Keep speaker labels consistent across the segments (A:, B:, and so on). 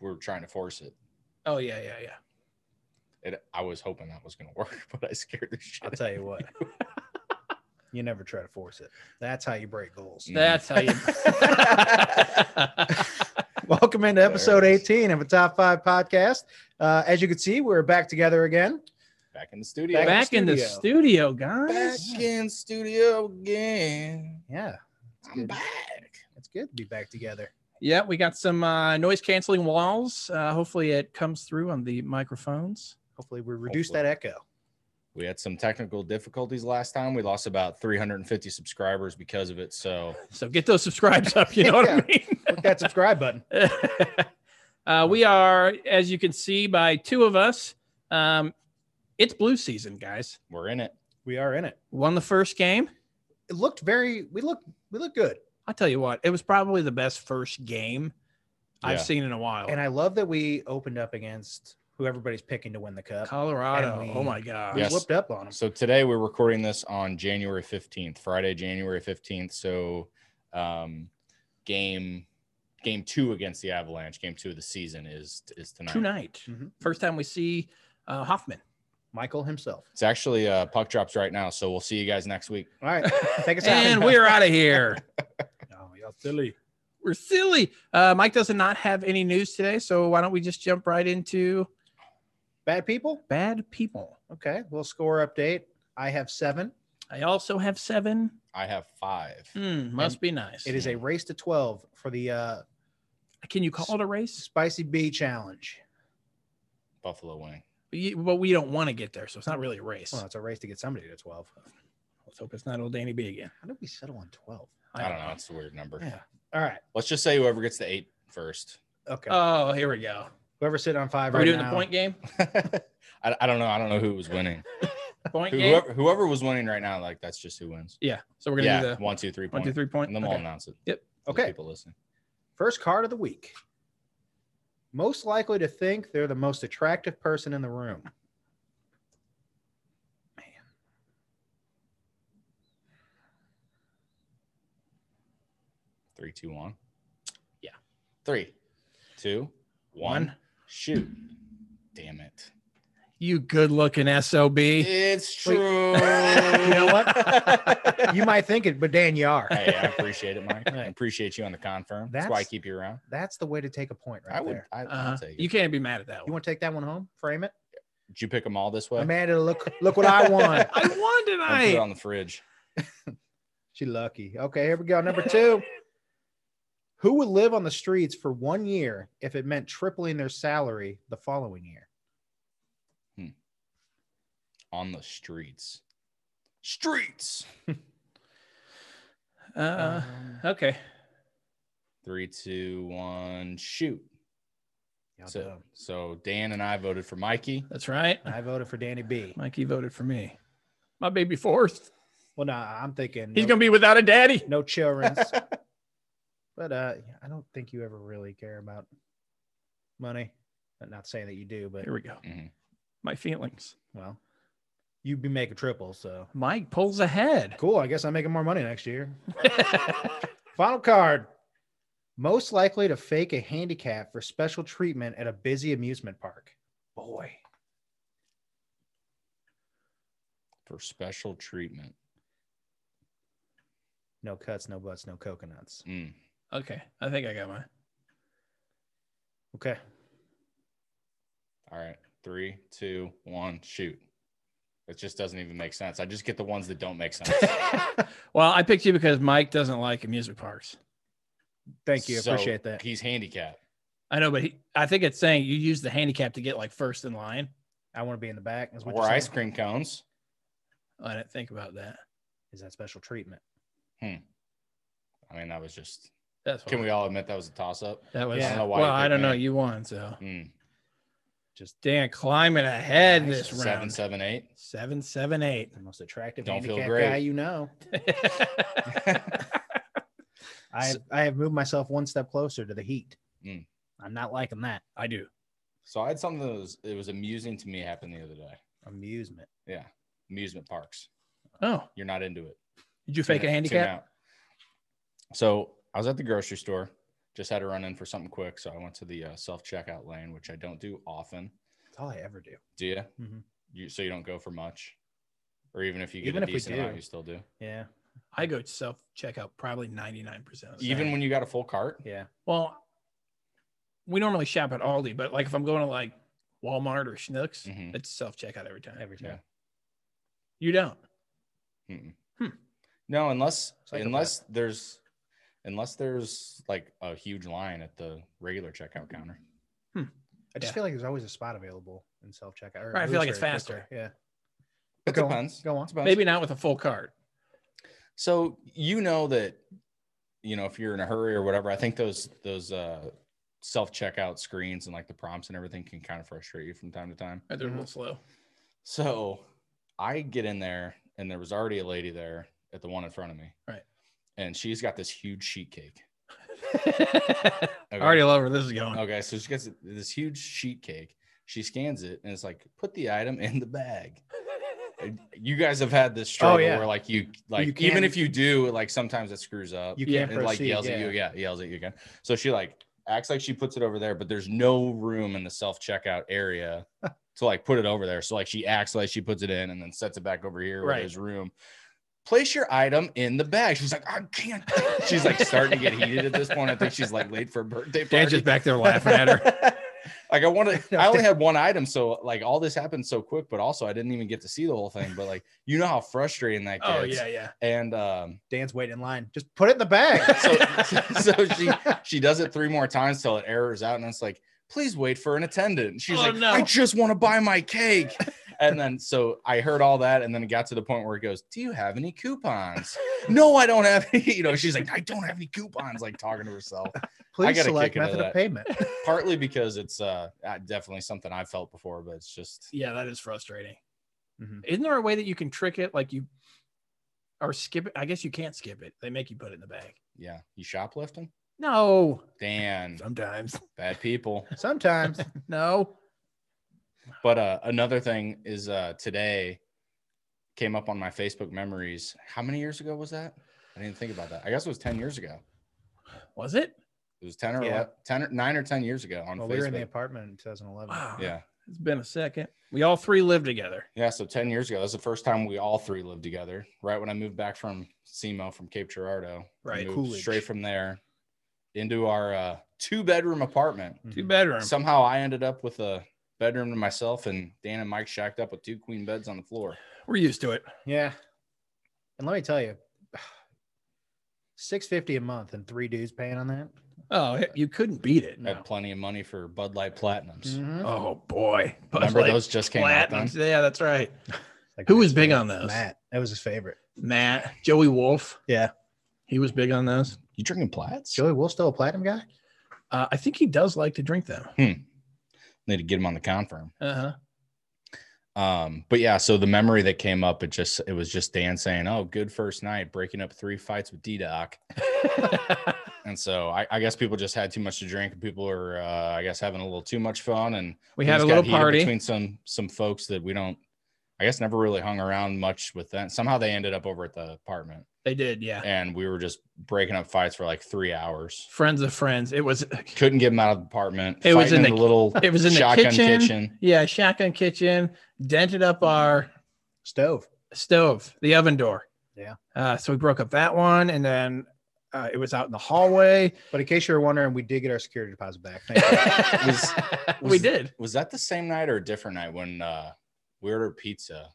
A: were trying to force it.
B: Oh yeah, yeah, yeah.
A: And I was hoping that was going to work, but I scared the shit.
B: I'll
A: out-
B: tell you what. you never try to force it. That's how you break goals.
A: Mm.
C: That's how you.
B: Welcome into episode
A: There it is.
B: 18 of a Top Five podcast. Uh, as you can see, we're back together again.
A: Back in the studio.
B: Back
C: back in the studio,
A: Back
C: guys.
A: in studio again.
B: Yeah,
A: I'm back.
B: it's good to be back together.
C: Yeah, we got some uh, noise canceling walls. Uh, hopefully, it comes through on the microphones.
B: Hopefully, we reduce
A: Hopefully.
B: that echo.
A: We had some technical difficulties last time. We lost about 350 subscribers because of it. So
C: So get those subscribes up. You know what
B: Click that subscribe button.
C: I mean? uh, we are, as you can see by two of us, um, it's blue season, guys.
A: we're in it.
B: We are in it.
C: Won the first game.
B: It looked very. We look. We look good.
C: I'll tell you what, it was probably the best first game I've
A: Yeah.
C: seen in a while.
B: And I love that we opened up against who everybody's picking to win the cup.
C: Colorado.
B: uh, And we-
C: oh my God.
B: We
A: Yes.
B: whooped up on them.
A: So today we're recording this on January 15th, Friday, January 15th. So um game game 2 against the Avalanche, game 2 of the season is is tonight.
C: Tonight.
B: Mhm.
C: First time we see uh, Hoffman.
B: Michael himself.
A: It's actually uh puck drops right now, so we'll see you guys next week.
B: All right, take us out.
C: and we're out of here.
B: Oh, y'all silly.
C: We're silly. Uh, Mike does not have any news today, so why don't we just jump right into
B: Bad people.
C: bad people?
B: Okay, we'll score update. I have seven.
C: I also have seven.
A: I have 5.
C: Hmm, must be nice.
B: It is a race to twelve for the uh,
C: Can you call it a race?
B: spicy bee challenge.
A: Buffalo wing.
C: You- But we don't want to get there, so it's not really a race.
B: Well, it's a race to get somebody to twelve.
C: Let's hope it's not old Danny B again.
B: How did we settle on twelve?
A: I don't know, it's a weird number.
B: Yeah. All right.
A: Let's just say whoever gets the 8 first.
B: Okay.
C: Oh, here we go.
B: Whoever's sitting on five
C: Are
B: right
C: we doing
B: now.
C: the point game?
A: I, I don't know. I don't know who was winning.
C: Point
A: Who-
C: game.
A: Whoever, whoever was winning right now, like that's just who wins.
C: Yeah. So we're gonna
A: Yeah,
C: do the
A: one, two, three
C: one, two,
A: point.
C: three point.
A: And then we'll
C: Okay.
A: announce it.
C: Yep.
A: for the
B: Okay.
A: People listening.
B: First card of the week. Most likely to think they're the most attractive person in the room. Man.
A: Three, two, one.
C: Yeah.
A: Three, two, one.
C: One.
A: Shoot. Damn it.
C: You good looking SOB.
A: It's true.
B: You know what? You might think it, but Dan, you are.
A: hey, I appreciate it, Mike. I
B: Right.
A: appreciate you on the confirm. That's, why I
B: That's-
A: keep you around.
B: That's the way to take a point right
A: I would.
B: there.
A: I,
C: Uh,
A: I'll take it.
C: you can't be mad at that
B: You
C: one.
B: want to take that one home? Frame it?
A: Did you pick them all this way?
B: Amanda, look look what I won.
C: I won
A: Don't put it
C: tonight.
A: on the fridge.
B: She lucky. Okay, here we go. Number two. Who would live on the streets for one year if it meant tripling their salary the following year?
A: On the streets. Streets.
C: Uh,
A: Uh-huh.
B: Um,
C: okay.
A: Three, two, one. Shoot.
B: y'all
A: So,
B: dumb.
A: so Dan and I voted for Mikey.
C: That's right.
B: I voted for Danny B.
C: Mikey voted for me. My baby fourth.
B: Well, no, I'm thinking
C: He's
B: no,
C: gonna be without a daddy.
B: no children's. but uh, I don't think you ever really care about money. But not saying that you do, but
C: Here we go.
A: Mhm.
C: My feelings.
B: well, you'd be making triple. So
C: Mike pulls ahead.
B: cool. I guess I'm making more money next year. Final card. Most likely to fake a handicap for special treatment at a busy amusement park. Boy,
A: For special treatment.
B: no cuts, no butts, no coconuts.
A: Mm.
C: okay, I think I got mine.
B: Okay.
A: All right. Three, two, one, shoot. It just doesn't even make sense. I just get the ones that don't make sense.
C: well, I picked you because Mike doesn't like amusement parks.
B: Thank you.
A: So,
B: Appreciate that.
A: He's handicapped.
C: I know, but he, I think it's saying you use the handicap to get like first in line.
B: I want to be in the back. Is, what
A: Or
B: you're
A: ice cream
B: saying?
A: cones.
C: I didn't think about that.
B: is that special treatment?
A: I mean, that was just.
C: That's
A: Can
C: why-
A: we all admit that was a toss up?
C: That was
B: I don't know
A: why you
C: well. I
A: picked
C: don't know.
A: me.
C: You won, so
A: Mm.
B: Just
C: Dan climbing ahead this
B: Nice.
A: Seven,
C: round.
A: seven, eight.
C: Seven, seven, eight.
B: the most attractive
A: Don't feel
B: handicapped
A: great.
B: guy you know. I
A: So-
B: I have moved myself one step closer to the heat.
A: Mm.
B: I'm not liking that
C: I do.
A: So I had something that was it was amusing to me happen the other day.
B: amusement.
A: Yeah, amusement parks.
C: Oh,
A: You're not into it.
C: did you fake a
A: Tune- tune
C: handicap?
A: out. So I was at the grocery store Just had to run in for something quick, so I went to the uh, self checkout lane, which I don't do often.
B: That's all I ever do.
A: Do you?
B: Mhm.
A: You so you don't go for much, or even if you get
B: Even
A: a
B: if we
A: decent amount,
B: do.
A: you still do.
B: Yeah.
C: I go self checkout probably 99% of the time.
A: Even when you got a full cart,
B: Yeah.
C: Well, we normally shop at Aldi, but like if I'm going to like Walmart or Schnucks,
A: Mhm.
C: it's self checkout every time.
B: Every time.
A: Yeah.
C: You don't.
A: Mm-mm.
C: Hmm.
A: No, unless
B: Psychopath.
A: unless there's unless there's like a huge line at the regular checkout counter.
B: I just
C: Yeah.
B: feel like there's always a spot available in self checkout.
C: Right, I feel like it's faster.
B: Yeah.
A: It
B: Go on.
A: depends.
B: Go on.
A: Depends.
C: Maybe not with a full card.
A: So you know that you know if you're in a hurry or whatever. I think those those uh, self checkout screens and like the prompts and everything can kind of frustrate you from time to time.
C: They're a little slow.
A: So I get in there, and there was already a lady there at the one in front of me.
C: Right.
A: And she's got this huge sheet cake.
C: I
A: Okay.
C: already love where this is going.
A: Okay, so she gets this huge sheet cake. She scans it and it's like, put the item in the bag. And You guys have had this struggle
B: Oh, yeah.
A: where like you like
B: You
A: even
B: can't-
A: if you do, like sometimes it screws up.
B: You
C: Yeah,
B: can't
A: it like
B: proceed.
A: yells
B: yeah.
A: at you, yeah, yells at you again. So she like acts like she puts it over there, but there's no room in the self checkout area to like put it over there. So like she acts like she puts it in and then sets it back over here where
C: Right.
A: there's room. Place your item in the bag. She's like, I can't. She's like starting to get heated at this point. I think she's like late for a birthday party.
C: Dan's just back there laughing at her.
A: like I wanted, I only had one item, so like all this happened so quick, but also I didn't even get to see the whole thing. But like you know how frustrating that gets.
C: Oh yeah, yeah.
A: And um,
B: Dan's waiting in line. Just put it in the bag.
A: so so she she does it three more times till it errors out, and it's like, please wait for an attendant. And she's
C: Oh,
A: like,
C: no.
A: I just want to buy my cake. And then so I heard all that, and then it got to the point where it goes, Do you have any coupons? no, I don't have any. You know, she's like, I don't have any coupons. Like talking to herself.
B: Please
A: gotta
B: select
A: kick into
B: method
A: that.
B: of payment.
A: Partly because it's uh definitely something I've felt before, but it's just
C: Yeah, that is frustrating.
A: Mm-hmm.
B: Mhm.
C: Isn't there a way that you can trick it? Like you or skip it? I guess you can't skip it. They make you put it in the bag.
A: Yeah. You shoplifting?
C: No.
A: Dan,
C: Sometimes.
A: bad people.
B: Sometimes.
C: No.
A: But uh, another thing is uh, today came up on my Facebook memories. How many years ago was that? I didn't think about that. I guess it was 10 years ago.
C: Was it?
A: It was 10 or,
B: Yeah.
A: 11, 10 or 9 or 10 years ago on
B: Well, we were in the
A: Facebook.
B: apartment in 2011.
C: Wow.
A: Um, yeah.
C: It's been a second. We all three live together.
A: Yeah. So 10 years ago, that's the first time we all three lived together. Right when I moved back from SEMO from Cape Girardeau, I
C: Right.
A: moved
B: Coolidge.
A: straight from there into our uh, two bedroom apartment.
B: Mhm.
C: Two bedrooms.
A: Somehow I ended up with a bedroom to myself, and Dan and Mike shacked up with two queen beds on the floor.
C: We're used to it.
B: Yeah. And let me tell you, 650 a month and three dudes paying on that.
C: Oh, you couldn't beat it.
A: I had plenty of money for Bud Light Platinums.
B: Mhm.
C: Oh boy. Bud
A: Remember
C: Light
A: those just came out
C: Platinums.
A: then?
C: Yeah, that's right.
B: Like
C: Who
B: Matt
C: was big
B: said,
C: on those?
B: Matt. That was his favorite.
C: Matt, Joey Wolf.
B: Yeah.
C: He was big on those.
A: You drinking plats?
B: Joey Wolf still a platinum guy?
C: Uh, I think he does like to drink them.
A: Need to get him on the confirm.
C: Uh huh.
A: Um, but yeah, so the memory that came up, it just it was just Dan saying, "Oh, good first night, breaking up three fights with D Doc," and so I, I guess people just had too much to drink, and people are, uh, I guess, having a little too much fun, and
C: we had
A: things
C: a little
A: got heated
C: party.
A: between some some folks that we don't, I guess, never really hung around much with them. Somehow they ended up over at the apartment,
C: they did, yeah.
A: and we were just breaking up fights for like three hours.
C: Friends of friends. It was,
A: Couldn't get them out of the apartment.
C: It was
A: fighting
C: in the-
A: little
C: it was in the
A: shotgun
C: kitchen.
A: kitchen.
C: Yeah, shotgun kitchen. Dented up our
B: Stove.
C: stove, the oven door.
B: Yeah.
C: Uh, so we broke up that one, and then uh, it was out in the hallway.
B: But in case you were wondering, we did get our security deposit back. Thank you.
A: Was-
C: we
A: was-
C: did.
A: was that the same night or a different night when uh we ordered pizza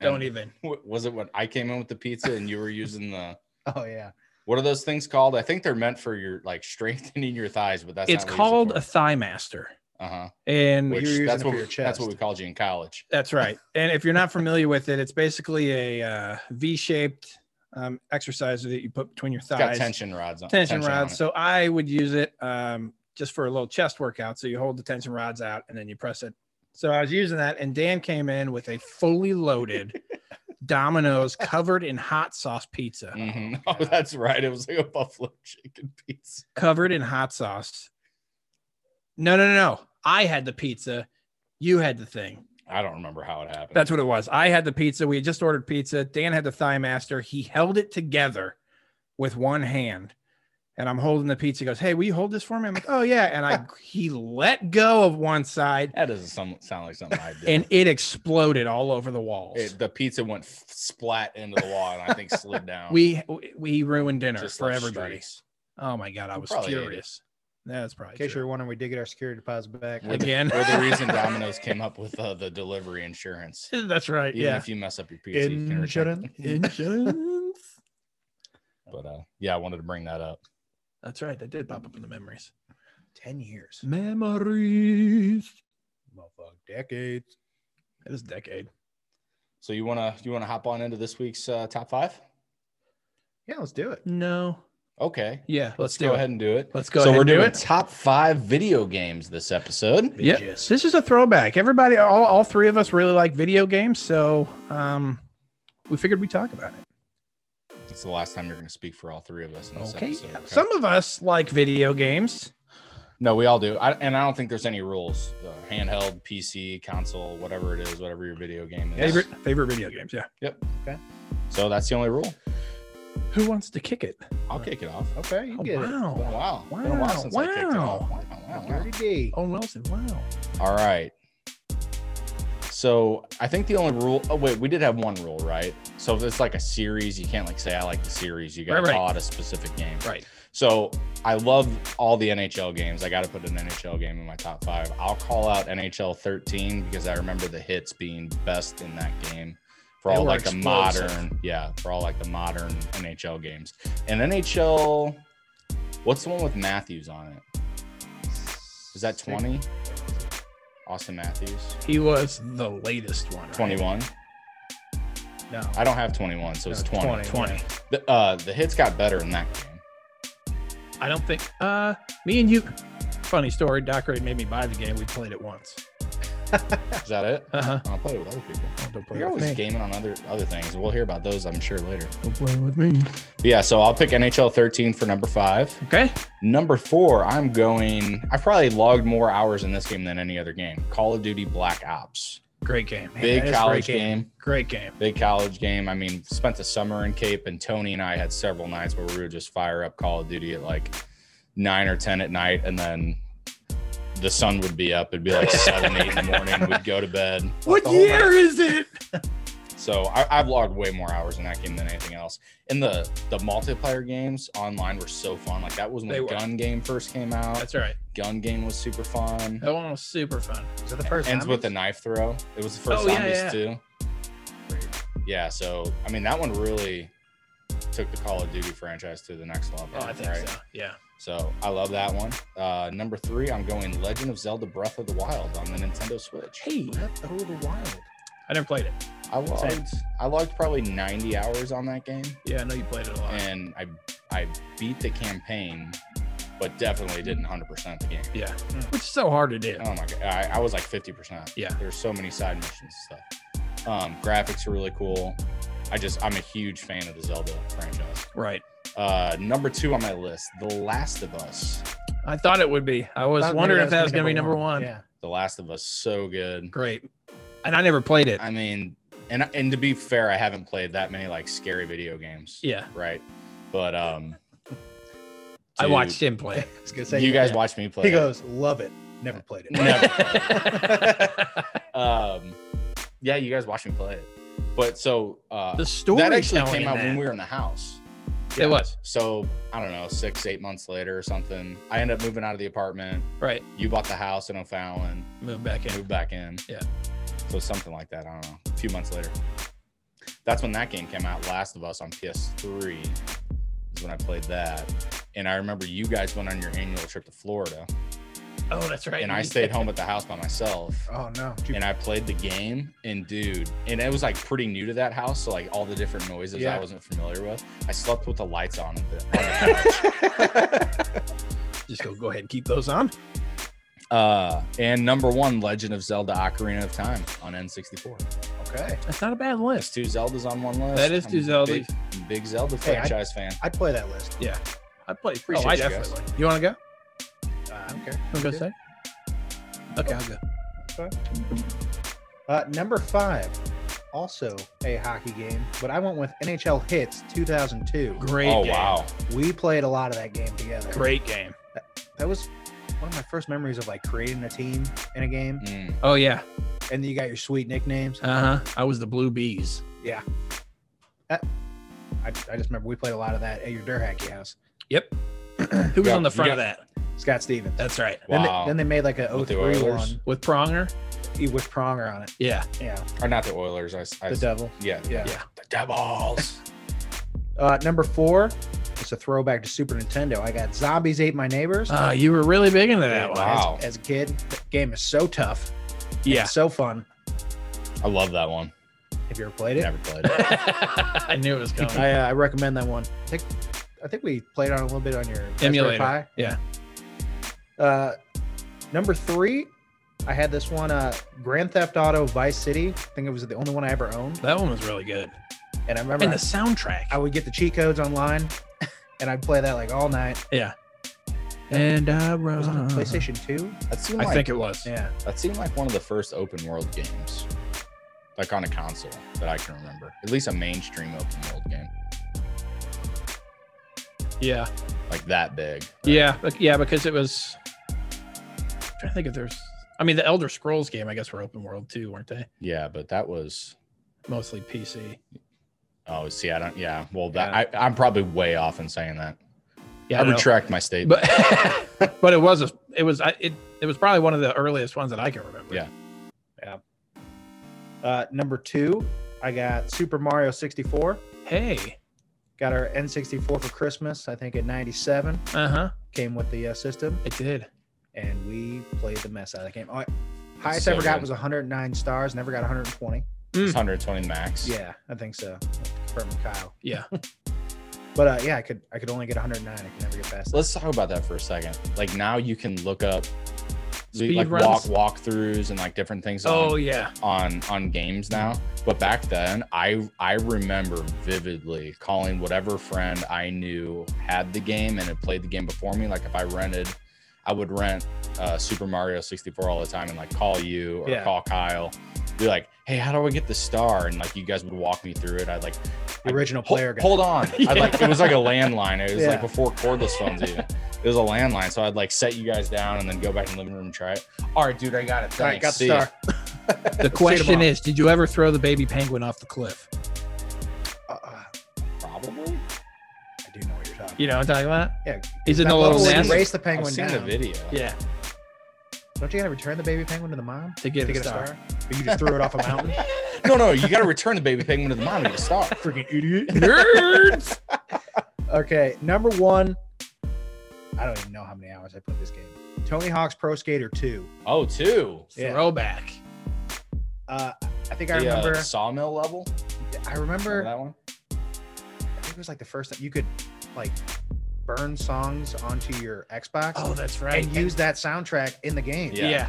C: Don't
A: And
C: even.
A: w- was it when i came in with the pizza and you were using the
B: oh, yeah.
A: what are those things called i think they're meant for your like strengthening your thighs but that's
C: it's
A: not
C: called a
A: a
C: thigh master,
A: uh-huh
C: and
B: Wait.
A: which
B: were using
A: that's
B: it
A: what
B: for
A: we,
B: your
A: that's what
B: chest.
A: we called you in college
C: that's right. And if you're not familiar with it, it's basically a uh, V-shaped um, exercise that you put between your
A: it's got
C: thighs.
A: tension rods on
C: tension
A: on
C: rods.
A: it.
C: So I would use it um, just for a little chest workout. So you hold the tension rods out and then you press it. So I was using that, and Dan came in with a fully loaded Domino's covered in hot sauce pizza,
A: Mhm. oh that's right it was like a buffalo chicken pizza
C: covered in hot sauce. No, no, no, no. I had the pizza. You had the thing.
A: i don't remember how it happened
C: That's what it was. I had the pizza. We had just ordered pizza. Dan had the thigh master. He held it together with one hand and I'm holding the pizza. He goes, Hey, will you hold this for me? I'm like, Oh, yeah. And I he let go of one side
A: That doesn't some, sound like something I did.
C: and it exploded all over the walls.
A: It- the pizza went f- splat into the wall and I think slid down.
C: we we ruined dinner
A: Just
C: for
A: left
C: everybody.
A: streaks.
C: Oh my god, I
A: We
C: was
A: probably ate it.
C: furious. That's probably
B: In case
C: true.
B: you're wondering, we did get our security deposit back.
A: We're the-
C: Again.
A: we're the reason Domino's came up with uh, the delivery insurance.
C: That's right.
A: Even if you mess up your pizza, you
C: Mm,
A: can return.
B: Insurance.
A: it.
C: Insurance.
A: But uh, yeah, I wanted to bring that up.
C: That's right. That did pop up in the memories.
B: Ten years,
C: Memories.
B: motherfucker, decades.
C: It was a decade.
A: So you wanna you wanna hop on into this week's uh, top five?
B: Yeah, let's do it.
C: No.
A: Okay,
C: Yeah. Let's, do
A: go
C: it.
A: ahead and do it.
C: Let's go.
A: so
C: ahead
A: we're
C: and do
A: doing
C: it.
A: top five video games this episode.
C: Yeah.
B: Bitches.
C: This is a throwback. Everybody, all, all three of us really like video games, so um, we figured we'd talk about it.
A: It's the last time you're gonna speak for all three of us in this
C: Okay.
A: episode. okay?
C: Some of us like video games.
A: no, we all do, I, and I don't think there's any rules. Uh, handheld, PC, console, whatever it is, whatever your video game is.
C: Favorite favorite video games. Yeah.
A: So that's the only rule.
C: Who wants to kick it?
A: I'll kick it off.
B: Okay, you
C: Oh,
B: get
A: Been a
C: wow.
A: while. Been a while since I kicked it off.
C: Wow.
A: Wow, wow,
B: it.
A: wow.
B: Dirty D.
C: Oh, Wilson. Wow.
A: All right. So I think the only rule. Oh wait, we did have one rule, right? So if it's like a series, you can't like say I like the series. You got to
C: Right, right.
A: call it a specific game.
C: Right.
A: So I love all the NHL games. I got to put an NHL game in my top five. I'll call out NHL 13 because I remember the hits being best in that game for
C: They
A: all
C: were
A: like the
C: explosive.
A: modern, yeah, for all like the modern NHL games. And NHL, what's the one with Matthews on it? Is that 20? Austin Matthews,
C: He was the latest one. right?
A: 21.
B: No,
A: I don't have 21, so it's
B: No,
A: 20.
C: 20.
A: The, uh, the hits got better in that game.
C: I don't think. Uh, me and you. Funny story. Doc Ray made me buy the game. We played it once.
A: Is that it?
C: Uh huh.
A: I'll play it with other people.
C: don't play
A: You're
C: with
A: always
C: me.
A: gaming on other other things. We'll hear about those, I'm sure, later.
C: Don't play with me.
A: But yeah, so I'll pick NHL 13 for number five.
C: Okay.
A: Number four, I'm going. I probably logged more hours in this game than any other game. Call of Duty Black Ops,
C: Great game. Man, that is a
A: big
C: great
A: college game.
C: Great game.
A: Big college game. I mean, spent the summer in Cape, and Tony and I had several nights where we would just fire up Call of Duty at like nine or ten at night, and then the sun would be up. It'd be like seven, eight in the morning. We'd go to bed.
C: What
A: The whole night.
C: year is it?
A: So I, I've logged way more hours in that game than anything else. And the the multiplayer games online were so fun. Like that was
C: They
A: when
C: were.
A: Gun Game first came out.
C: That's right.
A: Gun Game was super fun.
C: That one was super fun.
B: is that the first?
A: Ends with a
B: zombies?
A: knife throw. It was the first
C: Oh, yeah,
A: zombies
C: yeah.
A: too. Yeah. So I mean, that one really took the Call of Duty franchise to the next level.
C: Oh, I think
A: right?
C: so. Yeah.
A: So I love that one. Uh, number three, I'm going Legend of Zelda: Breath of the Wild on the Nintendo Switch.
C: Hey,
B: Breath of the Wild.
C: I never played it.
A: I logged I logged probably 90 hours on that game.
C: Yeah, I know you played it a lot.
A: and I I beat the campaign, but definitely didn't 100% the game.
C: Yeah. Which is so hard to do.
A: Oh my god, I, I was like 50%.
C: Yeah.
A: there's so many side missions and stuff. Um, graphics are really cool. I just I'm a huge fan of the Zelda franchise.
C: Right.
A: Uh, number two on my list, The Last of Us.
C: I thought it would be. I was
B: Thought maybe
C: wondering if that was going to be number one.
B: Yeah.
A: The Last of Us, so good.
C: Great. And I never played it.
A: I mean, and and to be fair, I haven't played that many like scary video games.
C: yeah.
A: Right. But um,
C: I
A: dude,
C: watched him play.
B: I
C: it.
B: was gonna say
A: you guys
B: yeah.
A: watch me play.
B: He
A: it.
B: goes, love it. Never played it.
A: Never. um yeah you guys watch me play it but so uh
C: the story
A: that actually came out when we were in the house
C: It was
A: so i don't know six eight months later or something i ended up moving out of the apartment
C: right.
A: you bought the house in o'fallon
C: Move back in.
A: moved back in
C: Yeah.
A: so something like that i don't know a few months later that's when that game came out last of us on ps3 is when i played that and i remember you guys went on your annual trip to florida
C: Oh, that's right.
A: and i stayed home at the house by myself
B: Oh no. Did you-
A: and I played the game and dude, and it was like pretty new to that house, so like all the different noises
B: Yeah.
A: I wasn't familiar with. I slept with the lights on. at the-
C: Just go. Go ahead and keep those on.
A: Uh, and number one, Legend of Zelda: Ocarina of Time on N64.
B: okay.
C: That's not a bad
A: That's
C: list.
A: two Zeldas on one list.
C: That is two
A: a
C: Zeldas.
A: Big, big Zelda
B: Hey, I-
A: franchise fan.
B: I'd play that list.
C: I played.
A: Appreciate
C: oh, I
A: you guys.
C: definitely. would. You want to go?
B: Uh, I don't care.
C: You want to go say? Okay, I'll go.
B: Uh, number five, also a hockey game, but I went with NHL Hits 2002.
C: Great.
A: Oh
C: game.
A: wow.
B: We played a lot of that game together.
C: Great game.
B: That was one of my first memories of like creating a team in a game,
A: Mm.
C: Oh yeah.
B: and you got your sweet nicknames.
C: Uh huh. I was the Blue Bees.
B: I, I just remember we played a lot of that at your Durhacky house.
C: Who was
A: Yeah,
C: on the
A: you
C: front
A: got-
C: of that?
B: Scott Stevens.
C: That's right.
B: Then,
A: Wow.
B: they, then they made like a
A: With the
B: 03
A: Oilers?
B: one e,
C: With Pronger.
B: with Pronger on it.
C: Yeah.
B: Yeah,
A: Or not the Oilers. I, s- I
B: the
A: s-
B: devil.
A: yeah.
B: Yeah.
C: Yeah.
A: The Devils.
B: Uh, number four, it's a throwback to Super Nintendo. I got Zombies Ate My Neighbors.
C: Uh, you were really big into that one.
A: Oh, Wow.
B: As, as a kid, that game is so tough.
C: Yeah.
B: It's so fun.
A: I love that one.
B: Have you ever played it?
A: Never played it.
C: I knew it was coming.
B: I, uh, I recommend that one. I think, I think we played on a little bit on your Raspberry
C: Emulator,
B: Pi.
C: yeah.
B: Uh, number three, I had this one, uh, Grand Theft Auto Vice City. I think it was the only one I ever owned,
C: that one was really good.
B: and I remember
C: And
B: I-
C: the soundtrack.
B: I would get the cheat codes online, and I'd play that like all night.
C: and I
B: It
C: run.
B: was on PlayStation Two.
A: That seemed
C: I
A: like
C: think it was.
B: Yeah,
A: that seemed like one of the first open world games, like on a console that I can remember. At least a mainstream open world game,
C: Yeah.
A: like that big.
C: Yeah. bec- Yeah. Because it was. I'm trying to think if there's. I mean, the Elder Scrolls game, I guess, were open world too, weren't they?
A: Yeah, but that was.
C: Mostly PC.
A: Oh, see, I don't. Yeah, well, that I, I'm probably way off in saying that.
C: Yeah. I
A: I
C: don't know.
A: retract my statement.
C: but but it was a, it was I, it it was probably one of the earliest ones that I can remember.
A: Yeah.
B: Uh, number two, I got Super Mario 64.
C: Hey.
B: Got our N64 for Christmas, I think in 97.
C: Uh huh.
B: Came with the uh, system,
C: It did.
B: and we played the mess out of the game. Oh, I- highest
A: so
B: I ever got
A: good.
B: was 109 stars, never got 120.
C: Hmm.
A: It's 120 max.
B: Yeah, I think so. From Kyle.
C: Yeah.
B: But uh, yeah, I could I could only get 109. I could never get past that.
A: Let's talk about that for a second. Like now, you can look up
C: Speed
A: like
C: runs?
A: walk walkthroughs and like different things. on-
C: Oh yeah.
A: on on games now but back then i i remember vividly calling whatever friend i knew had the game and had played the game before me like if i rented i would rent uh, super mario 64 all the time and like call you or
B: Yeah.
A: call kyle be like hey how do i get the star and like you guys would walk me through it i'd like
B: The original
A: "Hol-
B: player guy.
A: hold on
C: Yeah.
A: i like it was like a landline it was
B: Yeah.
A: like before cordless phones even it was a landline so i'd like set you guys down and then go back in the living room and try it all right dude i got it
B: All
A: Thanks.
B: right, got
A: See
B: the
A: ya."
B: star.
C: The question is, did you ever throw the baby penguin off the cliff?
B: Uh, uh,
A: probably
B: I do know what you're talking.
C: You know what I'm talking about?
B: Yeah.
C: He's in
B: That
C: the little
B: level where you
A: nasty-
C: nest.
B: Race the penguin
A: I've seen
B: down.
A: the video.
C: Yeah.
B: Don't you gotta return the baby penguin to the mom
C: To get,
B: to
C: a,
B: get a
C: star.
B: star? Or you just threw it off a mountain?
A: No, no, you got to return the baby penguin to the mom to get a star.
B: Freaking idiot.
C: Nerds.
B: Okay, number one. I don't even know how many hours I put this game. Tony Hawk's Pro Skater 2.
A: Oh, two.
B: Yeah.
C: Throwback.
B: Uh, I think I
A: The, uh,
B: remember.
A: sawmill level.
B: I
A: Remember
B: remember.
A: that one?
B: I think it was like the first time you could like burn songs onto your Xbox
C: Oh, that's right.
B: and use that soundtrack in the game.
A: Yeah.
C: yeah.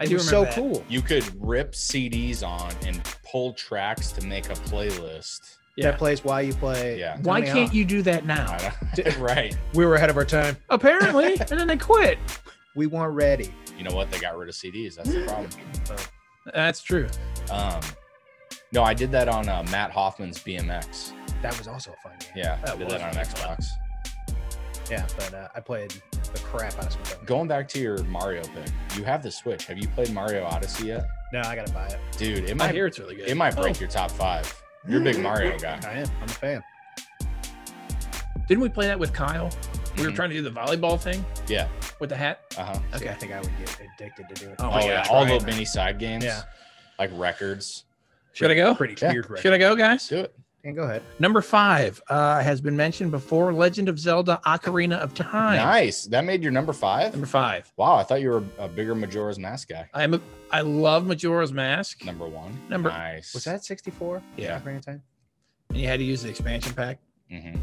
C: I
B: it
C: do
B: was
C: remember
B: so
C: that.
B: cool.
A: You could rip CDs on and pull tracks to make a playlist.
B: That plays while you play.
A: Yeah.
C: Why can't you do that now?
A: I don't- right.
B: We were ahead of our time.
C: Apparently, and then they quit.
B: We weren't ready.
A: You know what? They got rid of CDs. That's the problem.
C: That's true.
A: Um, no, I did that on uh, Matt Hoffman's BMX.
B: That was also a fun game.
A: Yeah, I
C: That
A: did that on
C: was fun.
A: Xbox.
B: Yeah, but uh, I played the crap out of some of them.
A: Going back to your Mario pick, you have the Switch. Have you played Mario Odyssey yet?
B: No, I gotta buy it.
A: Dude, it
C: I
A: might
C: hear it's really good. Oh. Mm-hmm.
A: it might break your top five. You're a big Mario guy.
B: I am. I'm a fan.
C: Didn't we play that with Kyle? We were
A: Mhm.
C: trying to do the volleyball thing.
A: Yeah.
C: With the hat.
A: Uh huh.
B: See, I
C: Okay.
B: think I would get addicted to doing it.
C: Oh,
A: Oh,
C: my
A: yeah,
C: gosh,
A: all
C: Brian.
A: the mini side games.
B: Yeah.
A: like records.
C: Should I go?
B: Pretty
A: Yeah.
B: weird record.
C: Should I go, guys?
A: Do it.
B: Yeah, go ahead.
C: Number five uh, has been mentioned before Legend of Zelda Ocarina of Time.
A: Nice. That made your number five.
C: Number five.
A: Wow, I thought you were a bigger Majora's Mask guy.
C: I'm a, I love Majora's Mask.
A: Number one.
C: Number-
A: Nice.
B: Was that 64?
C: Yeah.
B: Ocarina of Time?
C: And you had to use the expansion pack.
A: Mhm.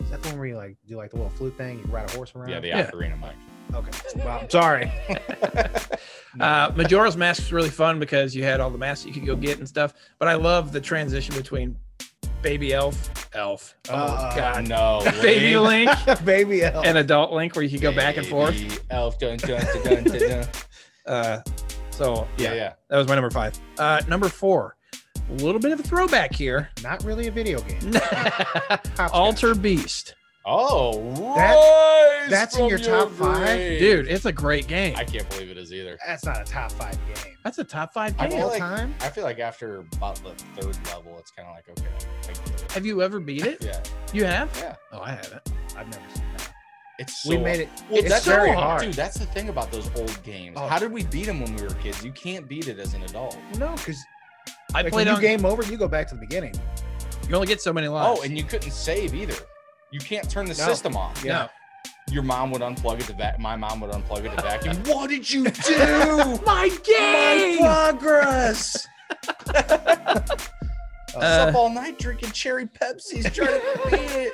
B: Is that the one where you like do like the little flute thing? You can ride a horse around?
A: Yeah, the
C: Yeah.
A: ocarina mic.
B: Okay. Wow, I'm sorry.
C: Uh, Majora's Mask was really fun because you had all the masks you could go get and stuff. But I love the transition between baby elf, elf, oh
B: Uh,
C: god,
A: No,
C: baby
A: Link.
C: Link,
B: Baby elf.
C: and adult Link, where you could go back and forth.
A: Baby Elf. Dun, dun, dun, dun, dun, dun.
C: Uh, so
A: yeah,
C: yeah,
A: yeah.
C: that was my number five. Uh, number four, a little bit of a throwback here.
B: Not really a video game.
C: Mm,
B: Hopscotch.
C: Alter Beast.
A: Oh,
B: That-
A: rise
B: that's in
A: from
B: your top five?
A: grave.
C: Dude, it's a great game.
A: I can't believe it is either.
B: That's not a top five game.
C: That's a top five
A: I
B: Of
A: feel
C: game.
B: all
A: like-
B: time.
A: I feel like after about the third level, it's kind of like okay. I get it.
C: Have you ever beat it?
A: Yeah,
C: You have?
A: Yeah.
C: Oh, I haven't.
B: I've never seen that.
A: it's
B: we
A: so
B: made it.
A: Well,
B: It's
A: that's
B: so
A: very
B: hard.
A: hard. Dude, that's the thing about those old games.
B: Oh.
A: How did we beat them when we were kids? You can't beat it as an adult.
B: No, because
C: I
B: like, when
C: played
B: you
C: on game.
B: game over, you go back to the beginning.
C: You only get so many lives.
A: Oh, and you couldn't save either. You can't turn the
B: No.
A: system off.
B: Yeah.
A: Your mom would unplug it to vac. My mom would unplug it to vacuum. what did you do?
C: no. my
A: My
C: game.
A: progress.
C: Uh,
A: Up all night drinking cherry Pepsis, trying to beat it.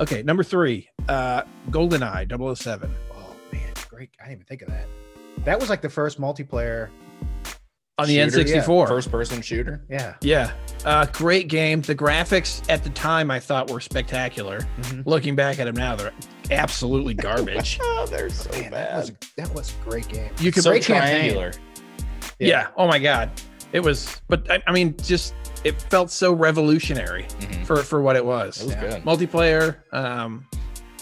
C: okay, number three. Uh, GoldenEye 007.
B: Oh man, great! I didn't even think of that. That was like the first multiplayer.
C: on the
A: Shooter,
C: N64.
A: First person shooter.
B: Yeah.
C: Yeah. Uh, great game. The graphics at the time I thought were spectacular. Looking back at them now, they're absolutely garbage.
A: Oh, they're so
B: Man, that was that was a great game.
C: You could
A: so
B: break campaign.
A: triangular.
C: yeah. Oh my god, it was. But I, I mean, just it felt so revolutionary
A: Mhm.
C: for for what it
A: That
C: was.
A: was
B: Yeah.
A: good.
C: Multiplayer. Um,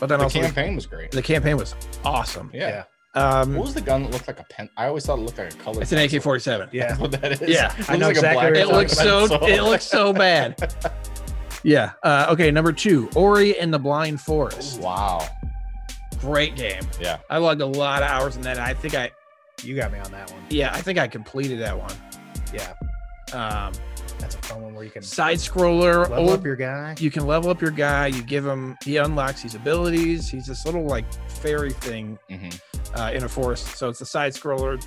C: but then
A: the
C: also
A: campaign was great.
C: the campaign was awesome.
A: Yeah.
B: Yeah.
C: Um,
A: What was the gun that looked like a pen? I always thought it looked like a color.
C: it's an
A: pencil.
C: AK-47.
B: Yeah.
A: That's what that is.
C: Yeah,
A: It
B: I know
A: looks
B: exactly
A: black
C: It
B: what you're
A: pencil.
C: looks so.
A: Pencil.
C: It looks so bad. Yeah. Uh, okay. Number two, Ori and the Blind Forest.
A: Wow.
C: Great game.
A: Yeah.
C: I logged a lot of hours in that. I think I,
B: You got me on that one.
C: yeah, I think I completed that one.
B: Yeah.
C: Um,
B: That's a fun one where you can
C: side scroller.
B: level
C: old-
B: up your guy.
C: you can level up your guy. You give him. He unlocks his abilities. He's this little like fairy thing
A: hmm
C: uh, in a forest. So it's a side scroller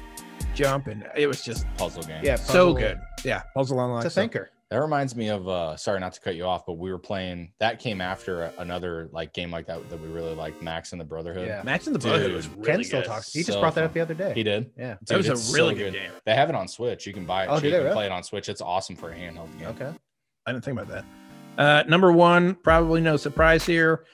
C: jump, and it was just
A: Puzzle game.
B: Yeah.
C: so
B: puzzle.
C: good. Yeah, puzzle unlock.
B: It's a thinker.
A: That reminds me of. uh Sorry, not to cut you off, but we were playing. That came after a, another like game like that that we really liked, Max and the Brotherhood.
B: Yeah.
C: Max and the
A: Dude,
C: Brotherhood was really
B: Ken still
C: good.
B: talks. He just
A: So
B: brought that up
A: fun.
B: the other day.
A: He did.
B: yeah.
C: That
A: Dude,
C: was
A: it's
C: a really
A: so
C: good,
A: good.
C: game.
A: They have it on Switch. You can buy it.
B: Oh,
A: so
B: do
A: you
B: they
A: can
B: really?
A: play it on Switch. It's awesome for a handheld game.
B: Okay.
C: I didn't think about that. Uh, number one, probably no surprise here.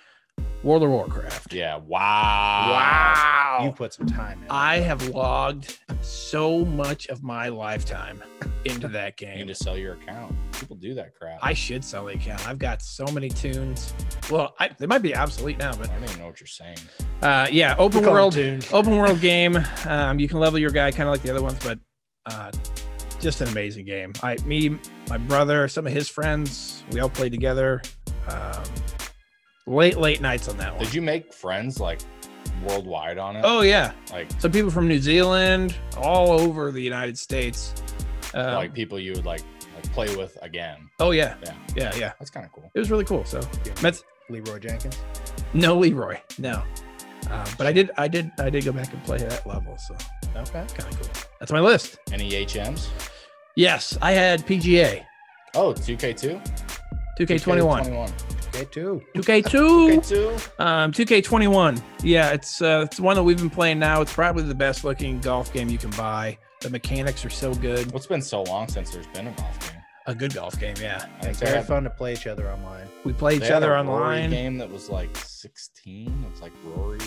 C: World of Warcraft.
A: Yeah. Wow.
C: Wow.
B: You put some time in.
C: Oh. I have logged so much of my lifetime into that
A: You need
C: game.
A: to sell your account. People do that crap.
C: I should sell the account. I've got so many tunes. Well, I, they might be obsolete now,
A: I
C: but
A: don't even know what you're saying.
C: uh, yeah,
B: We
C: open
B: call him
C: world,
B: Dune.
C: open world game. Um, you can level your guy kind of like the other ones, but uh, just an amazing game. I, me, my brother, some of his friends, we all played together. Um, late, late nights on that one.
A: Did you make friends like worldwide on it?
C: Oh yeah,
A: Like
C: some people from New Zealand, all over the United States. Um,
A: like people you would like like play with again.
C: Oh yeah,
A: Yeah.
C: yeah, yeah.
A: That's kind of cool.
C: It was really cool. So
B: Yeah.
C: that's
B: Leroy Jenkins.
C: no Leroy, no. Um, but I did, I did, I did go back and play that level. So
B: Okay.
C: kind of cool. That's my list.
A: Any HMs?
C: Yes, I had PGA,
A: Oh, 2K2?
C: 2K21,
A: 2K21.
B: Day two.
C: 2K2,
A: 2K2?
C: um, 2K21. Yeah, it's uh, it's one that we've been playing now. It's probably the best looking golf game you can buy. The mechanics are so good.
A: Well, it's been so long since there's been a golf game.
C: A good golf game, yeah.
A: I
B: It's
A: they
B: very
A: had-
B: fun to play each other online.
C: We play
A: they
C: each
A: had
C: other
A: a Rory
C: online.
A: game that was like 16. It's like Rory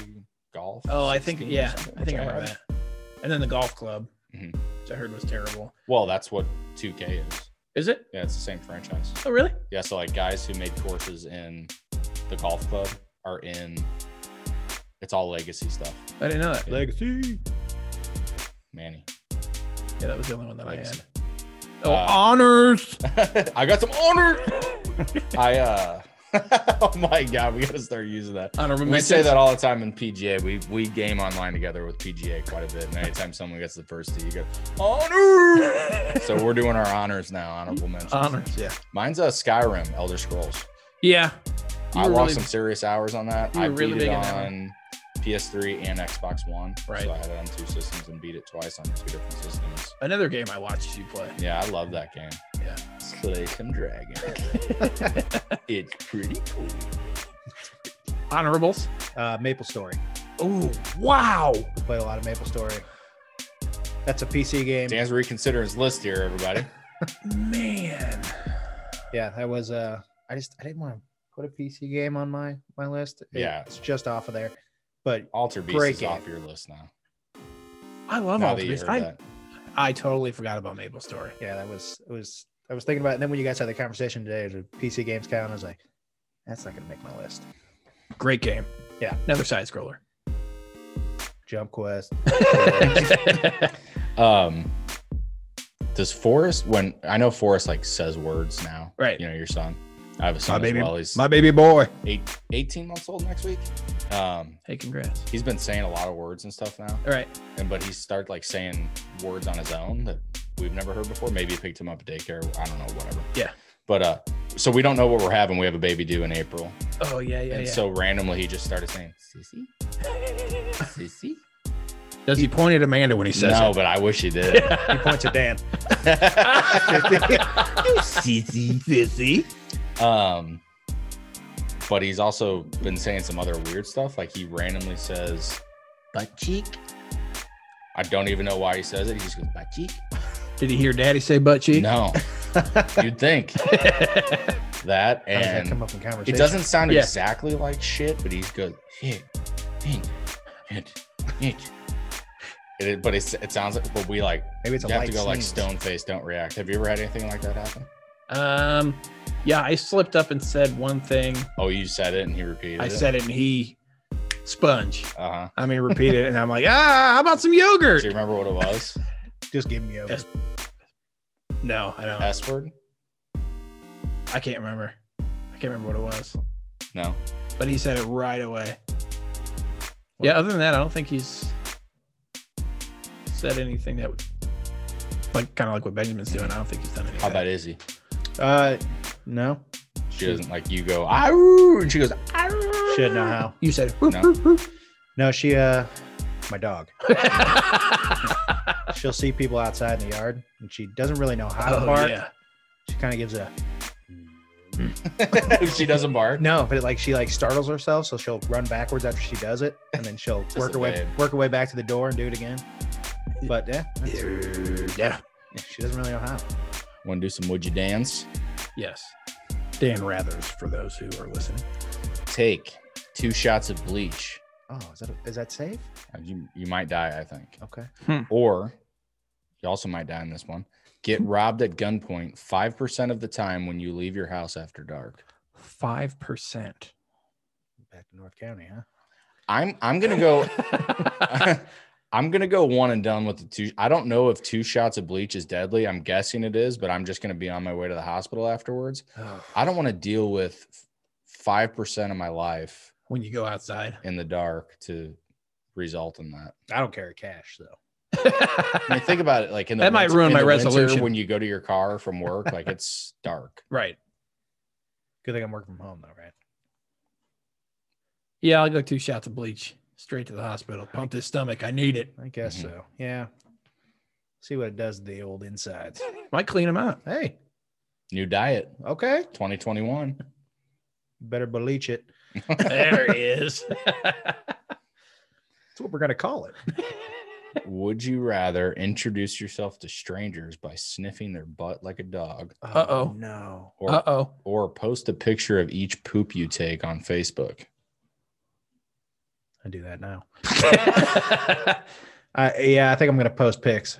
A: Golf.
C: Oh, I think
A: 16 or
C: yeah,
A: something,
C: I think I
A: whichever.
C: remember that. And then the golf club,
A: Mhm.
C: which I heard was terrible.
A: Well, that's what 2K is.
C: Is it?
A: Yeah, it's the same franchise.
C: Oh, really?
A: Yeah, so like guys who made courses in the golf club are in. It's all legacy stuff.
C: I didn't know that.
B: Legacy.
A: Manny.
C: Yeah, that was the only one that I had.
A: Uh,
C: Oh, honors.
A: I got some honor. I uh oh my god, we gotta start using that.
C: Honorable
A: We say that all the time in PGA. We we game online together with PGA quite a bit. And anytime someone gets the first tee, you go honor. so we're doing our honors now, honorable mentions.
C: Honors. Yeah.
A: Mine's a Skyrim, Elder Scrolls.
C: Yeah. You
A: I
C: were
A: lost
C: really-
A: some serious hours on that.
C: you
A: I
C: were
A: beat
C: really
A: it
C: big in that
A: on PS3 and Xbox One.
C: Right.
A: So I had it on two systems and beat it twice on two different systems.
C: Another game I watched you play.
A: Yeah, I love that game.
C: Yeah.
A: Slay some dragons. it's pretty cool.
C: Honorables.
B: Uh, Maple Story.
C: Oh wow.
B: We played a lot of Maple Story. That's a PC game.
A: Dan's reconsidering his list here, everybody.
C: Man.
B: Yeah, that was. Uh, I just I didn't want to put a PC game on my my list. It-
A: Yeah.
B: it's just off of there. But
A: Alter Beast
B: Great
A: is
B: game.
A: off your list now.
C: I love
A: now
C: all
A: that you
C: these.
A: heard
C: I,
A: that.
C: I totally forgot about Mabel's story.
B: Yeah, that was it was I was thinking about it. And then when you guys had the conversation today the PC games count, I was like, that's not gonna make my list.
C: Great game.
B: Yeah.
C: Another side scroller.
B: Jump quest.
A: Um, does Forrest when I know Forrest like says words now,
C: Right.
A: You know your son. I have a son as
C: baby-
A: well. He's
C: My baby boy.
A: eight, 18 months old next week. Um,
C: Hey, congrats.
A: he's been saying a lot of words and stuff now,
C: All right.
A: and but he started like saying words on his own that we've never heard before. Maybe he picked him up at daycare. I don't know, whatever.
C: Yeah.
A: But uh, so we don't know what we're having. We have a baby due in April,
C: Oh yeah, yeah,
A: and
C: yeah.
A: so randomly he just started saying "sissy, sissy."
C: Does he point at Amanda when he says
A: No, but I wish he did.
B: He points at Dan.
C: Oh, Sissy, sissy.
A: Um, but he's also been saying some other weird stuff. Like he randomly says butt cheek. I don't even know why he says it. He just goes butt cheek.
C: Did he hear Daddy say butt cheek?
A: No, you'd think that,
B: How does that come
A: and
B: up in
A: it
B: conversation?
A: doesn't sound
C: Yeah.
A: exactly like shit. But he's good. Hit, hit, hit, hit. It, but it's, it sounds like, but we like,
B: Maybe it's a
A: you have
B: light
A: to go like
B: sneeze.
A: stone face, don't react. Have you ever had anything like that happen?
C: Um, yeah, I slipped up and said one thing.
A: Oh, you said it and he repeated
C: I
A: it.
C: said it, and he sponge.
A: uh huh.
C: I mean, repeat it, and I'm like, ah, how about some yogurt?
A: Do you remember what it was?
B: Just give me over.
C: Yes. No, I don't.
A: S word?
C: I can't remember. I can't remember what it was,
A: No.
C: but he said it right away. Yeah. Other than that, I don't think he's said anything that would, like, kind of like what Benjamin's doing. I don't think he's done anything.
A: How about Izzy?
B: Uh no.
A: She doesn't like you go, Arr! and she goes,
B: Shit, no how.
C: You said.
A: No.
B: No, she uh my dog.
C: oh
B: She'll see people outside in the yard and she doesn't really know how to bark.
C: yeah.
B: She kind of gives it a
A: If she doesn't bark.
B: No, but it, like she like startles herself, so she'll run backwards after she does it, and then she'll work
A: a
B: her way
A: babe.
B: work her way back to the door and do it again. But yeah, that's-
C: Yeah.
B: she doesn't really know how.
A: Want to do some would you dance?
C: Yes. Dan Rathers, for those who are listening.
A: Take two shots of bleach.
B: Oh, is that is that safe?
A: You, you might die, I think.
B: Okay.
A: Or you also might die in this one. Get robbed at gunpoint 5% of the time when you leave your house after dark.
C: Five percent.
B: Back to North County, huh?
A: I'm I'm gonna go I'm gonna go one and done with the two. I don't know if two shots of bleach is deadly. I'm guessing it is, but I'm just gonna be on my way to the hospital afterwards.
C: Oh.
A: I don't want to deal with five percent of my life
C: when you go outside.
A: in the dark to result in that.
B: I don't carry cash though.
A: I mean, think about it. Like in the
C: That might ruin
A: in
C: my
A: the winter
C: resolution.
A: when you go to your car from work. Like it's dark.
C: right.
B: Good thing I'm working from home though, right?
C: Yeah, I'll go two shots of bleach straight to the hospital. Pump his stomach. I need it.
B: I guess
A: Mhm.
B: so. Yeah. See what it does to the old insides.
C: Might clean him out.
B: hey,
A: New diet,
B: okay.
A: 2021.
B: Better bleach it.
C: There he is.
B: That's what we're gonna call it.
A: Would you rather introduce yourself to strangers by sniffing their butt like a dog,
C: Uh-oh.
B: No.
A: or
C: uh oh.
A: or post a picture of each poop you take on Facebook?
B: I do that now. Uh, yeah, I think I'm gonna post pics.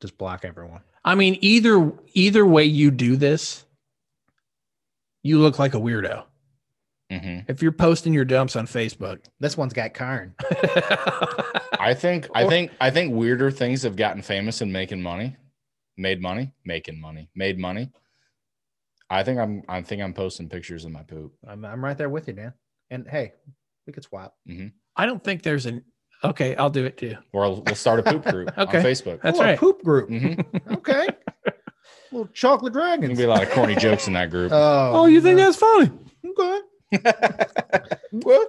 B: Just block everyone.
C: I mean, either either way you do this, you look like a weirdo.
A: hmm
C: If you're posting your dumps on Facebook.
B: This one's got Karn.
A: I think I
B: Or-
A: think I think weirder things have gotten famous and making money, made money, making money, made money. I think I'm I think I'm posting pictures of my poop.
B: I'm, I'm right there with you, Dan. And hey, we could swap.
C: I don't think there's an okay, I'll do it too.
A: Or I'll- we'll start a poop group
C: Okay.
A: on Facebook.
C: That's
B: Oh, a
C: right.
B: poop group.
A: Mm-hmm.
B: Okay. Little chocolate
A: There'll
B: dragons.
A: be a lot of corny jokes in that group.
B: Uh,
C: Oh, you think
B: no.
C: that's funny?
B: okay?
A: what?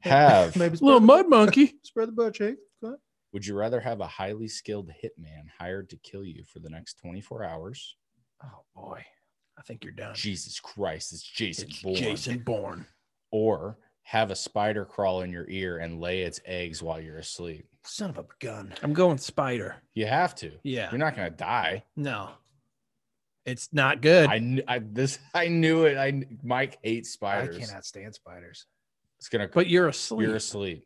A: Have
B: Maybe spread,
C: Little mud monkey.
B: spread the butt cheek. Okay.
A: would you rather have a highly skilled hitman hired to kill you for the next 24 hours?
C: Oh boy, I think you're done.
A: Jesus Christ, it's Jason
C: It's
A: Bourne.
C: Jason Bourne.
A: Or have a spider crawl in your ear and lay its eggs while you're asleep.
B: Son of a gun.
C: I'm going spider.
A: You have to.
C: Yeah.
A: You're not gonna die.
C: No, it's not good.
A: I, kn- I this I knew it. I kn- Mike hates
B: I
A: spiders.
B: cannot stand spiders.
A: It's gonna.
C: but you're asleep.
A: You're asleep.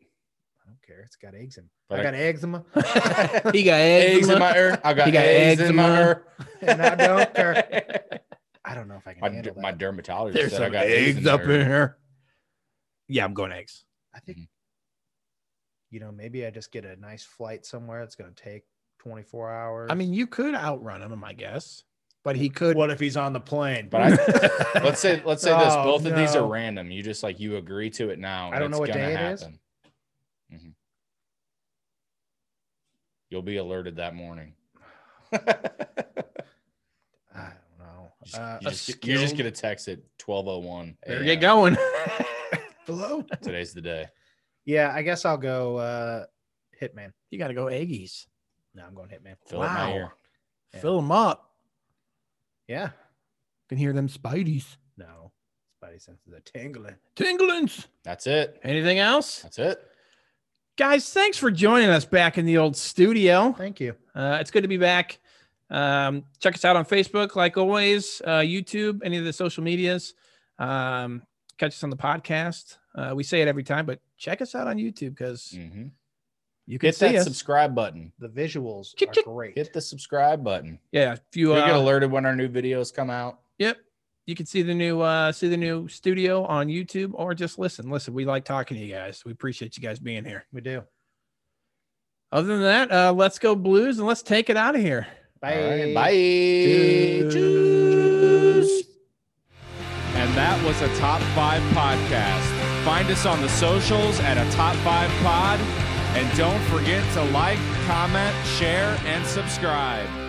B: I don't care. It's got eggs in.
A: But
B: I
A: I-
B: got eczema,
C: he got eggs,
A: eggs in my ear. I got,
C: You got
A: eggs, in my
C: eczema.
A: ear.
B: and I don't care. I don't know if I can
A: My,
B: handle that.
A: my dermatologist
C: There's
A: said I
C: some
A: got
C: eggs up
A: there.
C: in here. Yeah, I'm going eggs.
B: I think,
A: Mhm.
B: you know, maybe I just get a nice flight somewhere. It's going to take 24 hours.
C: I mean, you could outrun him, I guess, but he could.
B: what if he's on the plane?
A: But I, let's say let's say this.
B: Oh,
A: Both of these are
B: no.
A: random. You just like you agree to it now. and
B: I don't
A: it's
B: know what
A: gonna
B: day it is.
A: happen. Mhm. You'll be alerted that morning.
B: I don't know.
A: You just,
B: uh,
A: you
C: a
A: just get, you just
C: skilled-
A: get a text at twelve oh one.
C: There you going.
B: Hello.
A: Today's the day.
B: Yeah, I guess I'll go uh, Hitman.
C: You got to go eggies.
B: No, I'm going Hitman.
A: Fill up my
C: Wow.
A: ear.
B: Yeah.
C: Fill them up.
B: Yeah.
C: Can hear them spideys
B: No. Spidey senses are tingling.
C: tinglings.
A: That's it.
C: Anything else,
A: That's it.
C: guys? Thanks for joining us back in the old studio.
B: Thank you.
C: Uh, it's good to be back. Um, check us out on Facebook, like always, uh, YouTube, any of the social medias. Um, catch us on the podcast. Uh, we say it every time, but check us out on YouTube because
A: hmm
C: you can
A: Hit
C: see
A: that
C: us.
A: subscribe button.
B: The visuals
C: Chick,
B: are
C: chick.
B: great.
A: Hit the subscribe button.
C: yeah, if you
A: You'll get
C: uh,
A: alerted when our new videos come out.
C: yep, you can see the new uh, see the new studio on YouTube, or just listen. Listen, we like talking to you guys. We appreciate you guys being here.
B: We do.
C: Other than that, uh, let's go Blues and let's take it out of here.
A: All
B: Bye.
A: right, Bye. Cheers. And that was a top five podcast. Find us on the socials at a top five pod. And don't forget to like, comment, share, and subscribe.